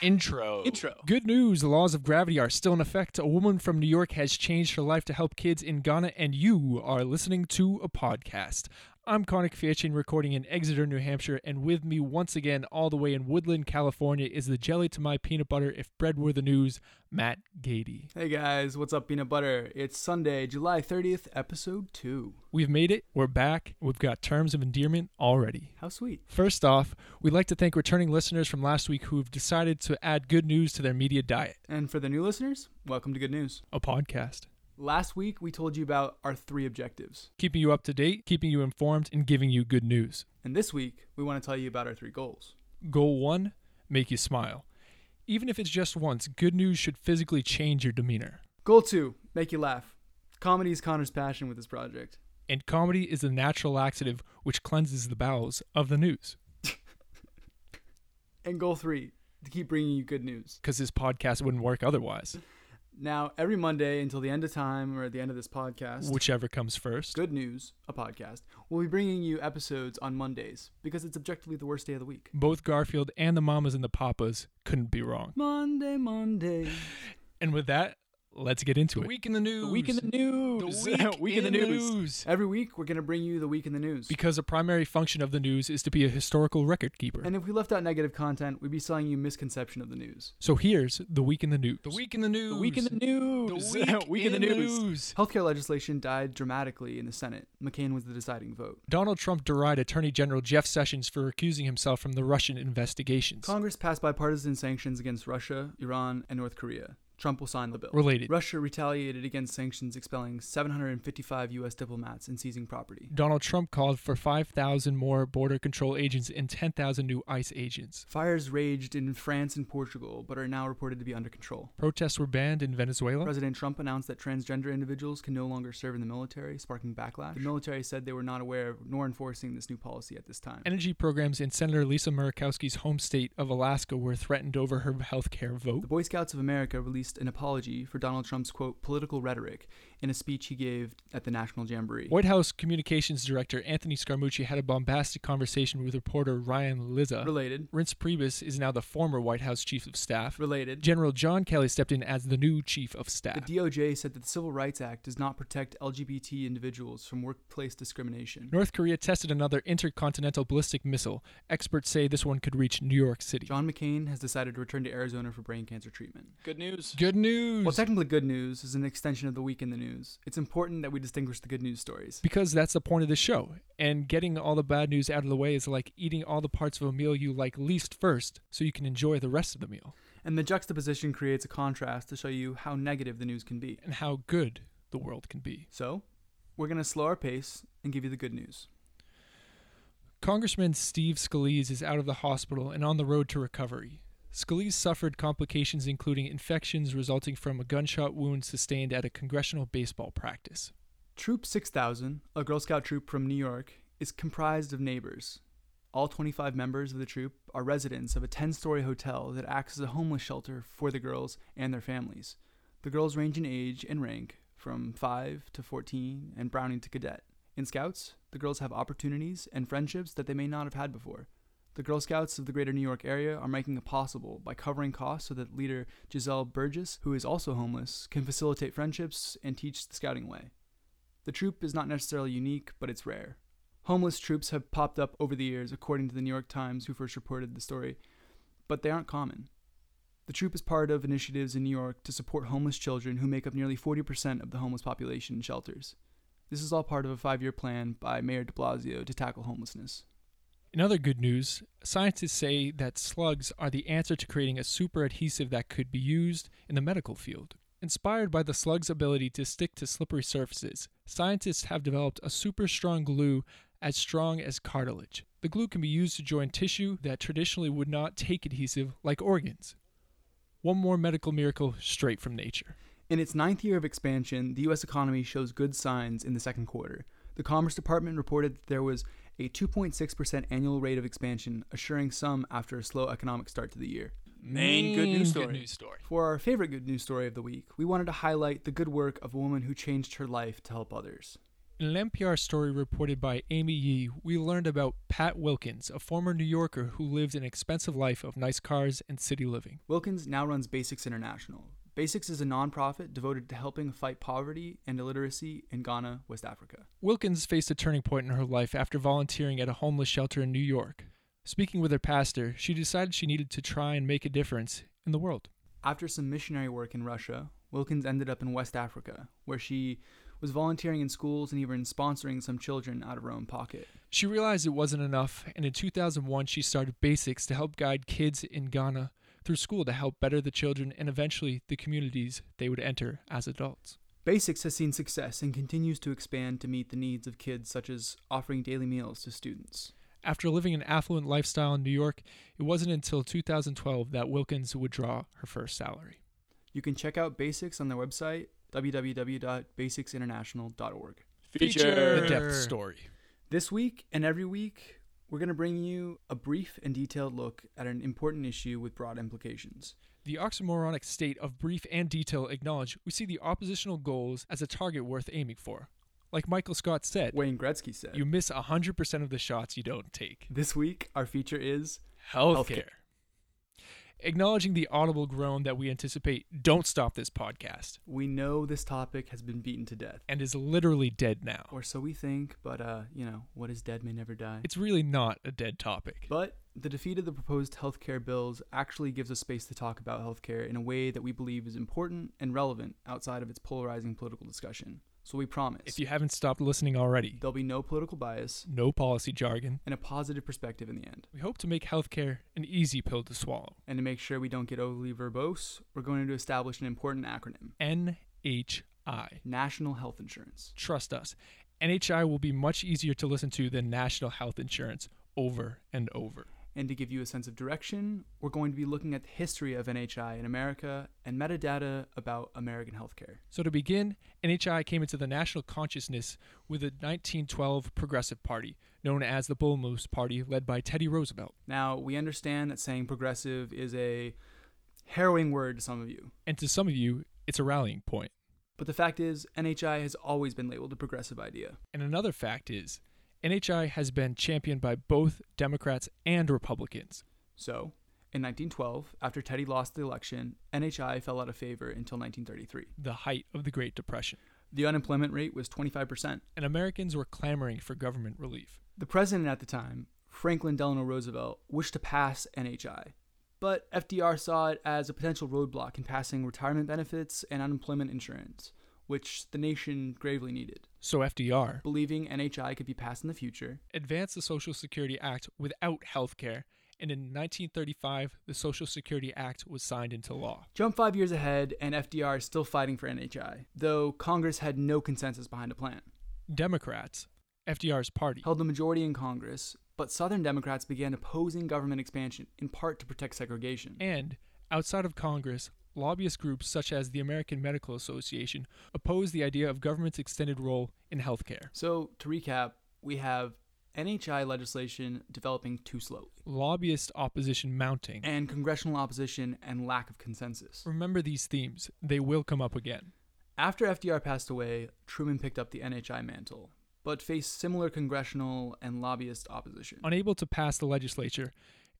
Intro. Intro. Good news. The laws of gravity are still in effect. A woman from New York has changed her life to help kids in Ghana, and you are listening to a podcast. I'm Karnik Fiachin, recording in Exeter, New Hampshire, and with me once again, all the way in Woodland, California, is the jelly to my peanut butter if bread were the news, Matt Gady. Hey guys, what's up, peanut butter? It's Sunday, July 30th, episode 2. We've made it. We're back. We've got terms of endearment already. How sweet. First off, we'd like to thank returning listeners from last week who've decided to add good news to their media diet, And for the new listeners, welcome to Good News. a podcast. Last week, we told you about our three objectives. Keeping you up to date, keeping you informed, and giving you good news. And this week, we want to tell you about our three goals. Goal one make you smile. Even if it's just once, good news should physically change your demeanor. Goal 2 make you laugh. Comedy is Connor's passion with this project. And comedy is the natural laxative which cleanses the bowels of the news. And goal 3 to keep bringing you good news. Because this podcast wouldn't work otherwise, Now, every Monday until the end of time or at the end of this podcast, whichever comes first. Good News, a podcast, we'll be bringing you episodes on Mondays because it's objectively the worst day of the week. Both Garfield and the Mamas and the Papas couldn't be wrong. Monday, Monday. And with that, let's get into it. week in the news. The week in the news. Week in the news. Every week, we're going to bring you the week in the news. Because the primary function of the news is to be a historical record keeper. and if we left out negative content, we'd be selling you misconception of the news. so here's the week in the news. The week in the news. news. news. Healthcare legislation died dramatically in the Senate. McCain was the deciding vote. Donald Trump derided Attorney General Jeff Sessions for recusing himself from the Russian investigations. Congress passed bipartisan sanctions against Russia, Iran, and North Korea. Trump will sign the bill. Related. Russia retaliated against sanctions, expelling 755 U.S. diplomats and seizing property. Donald Trump called for 5,000 more border control agents and 10,000 new ICE agents. Fires raged in France and Portugal, but are now reported to be under control. Protests were banned in Venezuela. President Trump announced that transgender individuals can no longer serve in the military, sparking backlash. The military said they were not aware of nor enforcing this new policy at this time. Energy programs in Senator Lisa Murkowski's home state of Alaska were threatened over her health care vote. The Boy Scouts of America released an apology for Donald Trump's quote political rhetoric in a speech he gave at the National Jamboree. White House Communications Director Anthony Scaramucci had a bombastic conversation with reporter Ryan Lizza. Related, Rince Priebus is now the former White House Chief of Staff. related. General John Kelly stepped in as the new Chief of The Staff. DOJ said that the Civil Rights Act does not protect LGBT individuals from workplace discrimination. North Korea tested another intercontinental ballistic missile. Experts say this one could reach New York City. John McCain has decided to return to Arizona for brain cancer treatment. Good news. Good news! Well, technically, good news is an extension of the week in the news. It's important that we distinguish the good news stories. because that's the point of the show. And getting all the bad news out of the way is like eating all the parts of a meal you like least first so you can enjoy the rest of the meal. And the juxtaposition creates a contrast to show you how negative the news can be. And how good the world can be. So, we're going to slow our pace and give you the good news. Congressman Steve Scalise is out of the hospital and on the road to recovery. Scalise suffered complications including infections resulting from a gunshot wound sustained at a congressional baseball practice. Troop 6000, a Girl Scout troop from New York, is comprised of neighbors. All 25 members of the troop are residents of a 10 story hotel that acts as a homeless shelter for the girls and their families. The girls range in age and rank from 5 to 14 and Browning to cadet. In Scouts, the girls have opportunities and friendships that they may not have had before. The Girl Scouts of the greater New York area are making it possible by covering costs so that leader Giselle Burgess, who is also homeless, can facilitate friendships and teach the scouting way. The troop is not necessarily unique, but it's rare. Homeless troops have popped up over the years, according to the New York Times, who first reported the story, but they aren't common. The troop is part of initiatives in New York to support homeless children who make up nearly 40% of the homeless population in shelters. This is all part of a five year plan by Mayor de Blasio to tackle homelessness. In other good news, scientists say that slugs are the answer to creating a super adhesive that could be used in the medical field. Inspired by the slug's ability to stick to slippery surfaces, scientists have developed a super strong glue as strong as cartilage. The glue can be used to join tissue that traditionally would not take adhesive, like organs. One more medical miracle straight from nature. In its ninth year of expansion, the U.S. economy shows good signs in the second quarter. The Commerce Department reported that there was a 2.6% annual rate of expansion, assuring some after a slow economic start to the year. Main good news story. Good news story. For our favorite good news story of the week, we wanted to highlight the good work of a woman who changed her life to help others. In an NPR story reported by Amy Yee, we learned about Pat Wilkins, a former New Yorker who lived an expensive life of nice cars and city living. Wilkins now runs Basics International. Basics is a nonprofit devoted to helping fight poverty and illiteracy in Ghana, West Africa. Wilkins faced a turning point in her life after volunteering at a homeless shelter in New York. Speaking with her pastor, she decided she needed to try and make a difference in the world. After some missionary work in Russia, Wilkins ended up in West Africa, where she was volunteering in schools and even sponsoring some children out of her own pocket. She realized it wasn't enough, and in 2001, she started Basics to help guide kids in Ghana through school to help better the children and eventually the communities they would enter as adults. Basics has seen success and continues to expand to meet the needs of kids, such as offering daily meals to students. After living an affluent lifestyle in New York, it wasn't until 2012 that Wilkins would draw her first salary. You can check out Basics on their website, www.basicsinternational.org. Feature the depth story. This week and every week, we're going to bring you a brief and detailed look at an important issue with broad implications. The oxymoronic state of brief and detail acknowledge we see the oppositional goals as a target worth aiming for. Like Michael Scott said, Wayne Gretzky said, you miss 100% of the shots you don't take. This week, our feature is Healthcare. Healthcare. Acknowledging the audible groan that we anticipate, don't stop this podcast. We know this topic has been beaten to death. And is literally dead now. Or so we think, but, uh, you know, what is dead may never die. Oh. It's really not a dead topic. But the defeat of the proposed healthcare bills actually gives us space to talk about healthcare in a way that we believe is important and relevant outside of its polarizing political discussion. So we promise. If you haven't stopped listening already, there'll be no political bias, no policy jargon, and a positive perspective in the end. We hope to make healthcare an easy pill to swallow. And to make sure we don't get overly verbose, we're going to establish an important acronym NHI. National Health Insurance. Trust us, NHI will be much easier to listen to than National Health Insurance over and over. And to give you a sense of direction, we're going to be looking at the history of NHI in America and metadata about American healthcare. So, to begin, NHI came into the national consciousness with the 1912 Progressive Party, known as the Bull Moose Party, led by Teddy Roosevelt. Now, we understand that saying progressive is a harrowing word to some of you. And to some of you, it's a rallying point. But the fact is, NHI has always been labeled a progressive idea. And another fact is, NHI has been championed by both Democrats and Republicans. So, in 1912, after Teddy lost the election, NHI fell out of favor until 1933, the height of the Great Depression. The unemployment rate was 25%, and Americans were clamoring for government relief. The president at the time, Franklin Delano Roosevelt, wished to pass NHI, but FDR saw it as a potential roadblock in passing retirement benefits and unemployment insurance which the nation gravely needed. So FDR, believing NHI could be passed in the future, advanced the Social Security Act without health care, and in 1935, the Social Security Act was signed into law. Jump five years ahead, and FDR is still fighting for NHI, though Congress had no consensus behind a plan. Democrats, FDR's party, held the majority in Congress, but Southern Democrats began opposing government expansion, in part to protect segregation. And, outside of Congress, lobbyist groups such as the American Medical Association oppose the idea of government's extended role in healthcare. So, to recap, we have NHI legislation developing too slowly, lobbyist opposition mounting, and congressional opposition and lack of consensus. Remember these themes, they will come up again. After FDR passed away, Truman picked up the NHI mantle, but faced similar congressional and lobbyist opposition. Unable to pass the legislature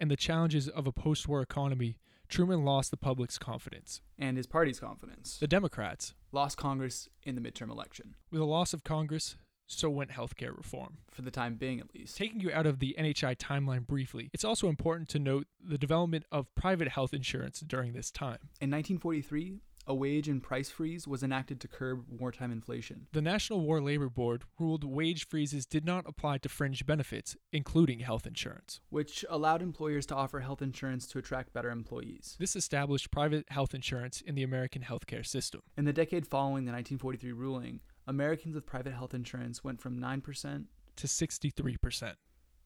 and the challenges of a post war economy, Truman lost the public's confidence. And his party's confidence. The Democrats lost Congress in the midterm election. With the loss of Congress, so went healthcare reform. For the time being, at least. Taking you out of the NHI timeline briefly, it's also important to note the development of private health insurance during this time. In 1943, a wage and price freeze was enacted to curb wartime inflation. The National War Labor Board ruled wage freezes did not apply to fringe benefits, including health insurance, which allowed employers to offer health insurance to attract better employees. This established private health insurance in the American healthcare system. In the decade following the 1943 ruling, Americans with private health insurance went from 9% to 63%.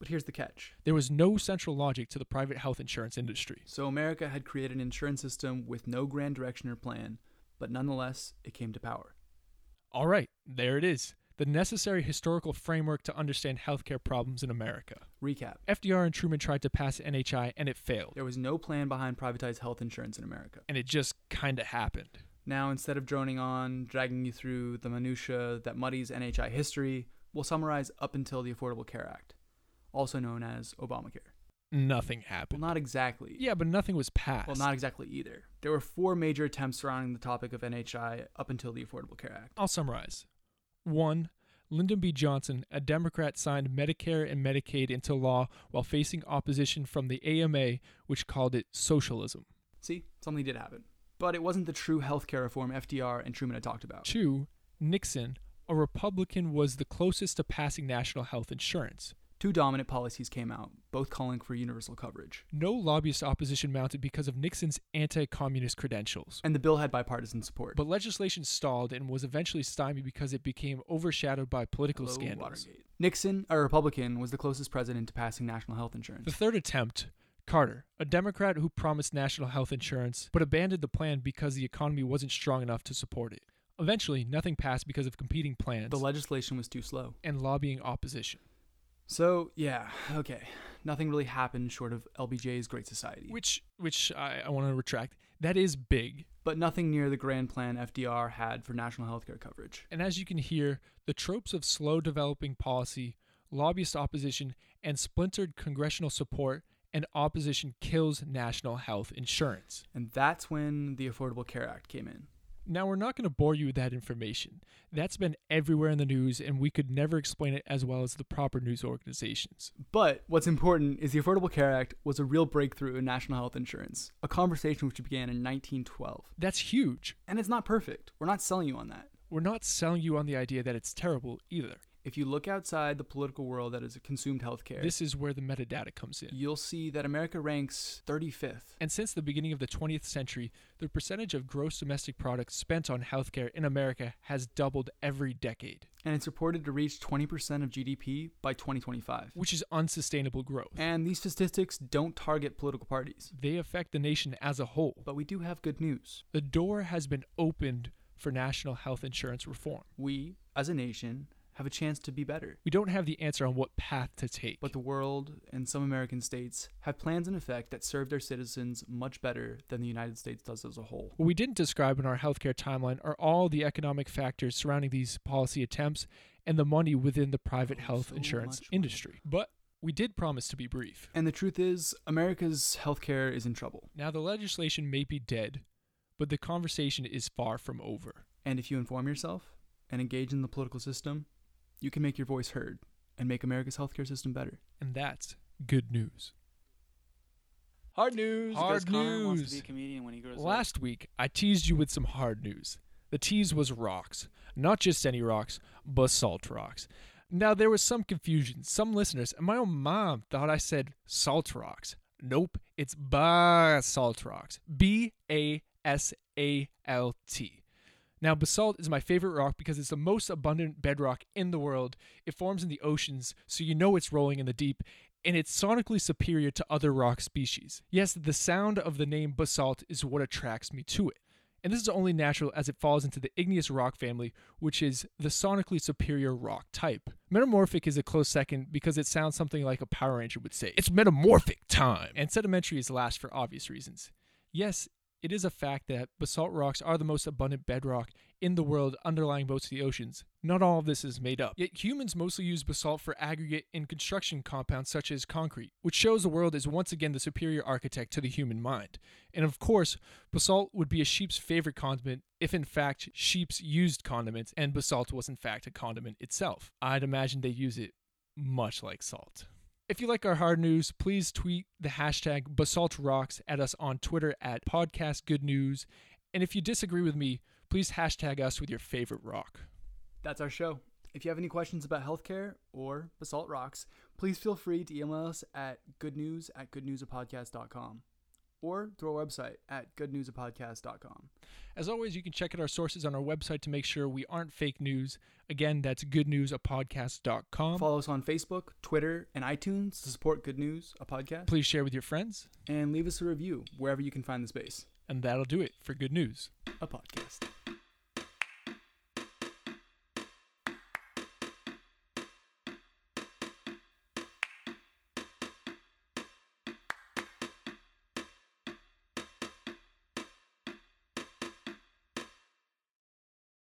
But here's the catch there was no central logic to the private health insurance industry. So America had created an insurance system with no grand direction or plan, but nonetheless, it came to power. All right, there it is. The necessary historical framework to understand healthcare problems in America. Recap FDR and Truman tried to pass NHI and it failed. There was no plan behind privatized health insurance in America. And it just kinda happened. Now, instead of droning on, dragging you through the minutiae that muddies NHI history, we'll summarize up until the Affordable Care Act, also known as Obamacare. Nothing Well, happened. not exactly. yeah, but nothing was passed. Well, not exactly either. There were four major attempts surrounding the topic of NHI up until the Affordable Care Act. I'll summarize. One, Lyndon B. Johnson, a Democrat, signed Medicare and Medicaid into law while facing opposition from the AMA, which called it socialism. See, something did happen. But it wasn't the true healthcare reform FDR and Truman had talked about. Two, Nixon, a Republican, was the closest to passing national health insurance. Two dominant policies came out, both calling for universal coverage. No lobbyist opposition mounted because of Nixon's anti communist credentials. And the bill had bipartisan support. But legislation stalled and was eventually stymied because it became overshadowed by political Hello, scandals. Watergate. Nixon, a Republican, was the closest president to passing national health The insurance. third attempt, Carter, a Democrat who promised national health insurance but abandoned the plan because the economy wasn't strong enough to support it. Eventually, nothing passed because of competing plans The legislation was too slow. and lobbying opposition, So, yeah, okay. Nothing really happened short of LBJ's Great Society. which which I, I want to retract. That is big, But nothing near the grand plan FDR had for national healthcare coverage. and as you can hear, the tropes of slow developing policy, lobbyist opposition, and splintered congressional support and opposition kills national health insurance. And that's when the Affordable Care Act came in. Now, we're not going to bore you with that information. That's been everywhere in the news, and we could never explain it as well as the proper news organizations. But what's important is the Affordable Care Act was a real breakthrough in national health insurance, a conversation which began in 1912. That's huge. And it's not perfect. We're not selling you on that. We're not selling you on the idea that it's terrible either. If you look outside the political world that has consumed healthcare, This is where the metadata comes in. you'll see that America ranks 35th. And since the beginning of the 20th century, the percentage of gross domestic product spent on healthcare in America has doubled every decade, and it's reported to reach 20% of GDP by 2025. which is unsustainable growth. And these statistics don't target political parties. They affect the nation as a whole. But we do have good news. The door has been opened for national health insurance reform. We, as a nation, have a chance to be better. We don't have the answer on what path to take. But the world and some American states have plans in effect that serve their citizens much better than the United States does as a whole. what we didn't describe in our healthcare timeline are all the economic factors surrounding these policy attempts and the money within the private Oh, health so insurance much money. industry. But we did promise to be brief. And the truth is, America's healthcare is in trouble. Now, the legislation may be dead, but the conversation is far from over. And if you inform yourself and engage in the political system, you can make your voice heard and make America's healthcare system better. And that's good news. Hard news. Hard news. comedian when he grows Last week, I teased you with some hard news. The tease was rocks. Not just any rocks, basalt rocks. Now, there was some confusion. Some listeners, and my own mom, thought I said salt rocks. Nope, it's basalt rocks. B A S A L T. Now, basalt is my favorite rock because it's the most abundant bedrock in the world. It forms in the oceans, so you know it's rolling in the deep, and it's sonically superior to other rock species. Yes, the sound of the name basalt is what attracts me to it. And this is only natural as it falls into the igneous rock family, which is the sonically superior rock type. Metamorphic is a close second because it sounds something like a Power Ranger would say. It's metamorphic time! And sedimentary is last for obvious reasons. Yes, it is a fact that basalt rocks are the most abundant bedrock in the world underlying most of the oceans. Not all of this is made up. Yet humans mostly use basalt for aggregate and construction compounds such as concrete, which shows the world is once again the superior architect to the human mind. And of course, basalt would be a sheep's favorite condiment if in fact sheep's used condiments and basalt was in fact a condiment itself. I'd imagine they use it much like salt. If you like our hard news, please tweet the hashtag basaltrocks at us on Twitter at podcastgoodnews. And if you disagree with me, please hashtag us with your favorite rock. That's our show. If you have any questions about healthcare or basalt rocks, please feel free to email us at goodnews at goodnewsapodcast.com or to our website at goodnewsapodcast.com. As always, you can check out our sources on our website to make sure we aren't fake news. Again, that's goodnewsapodcast.com. Follow us on Facebook, Twitter, and iTunes to support Good News, a podcast, Please share with your friends, and leave us a review wherever you can find the space, and that'll do it for good news. a podcast.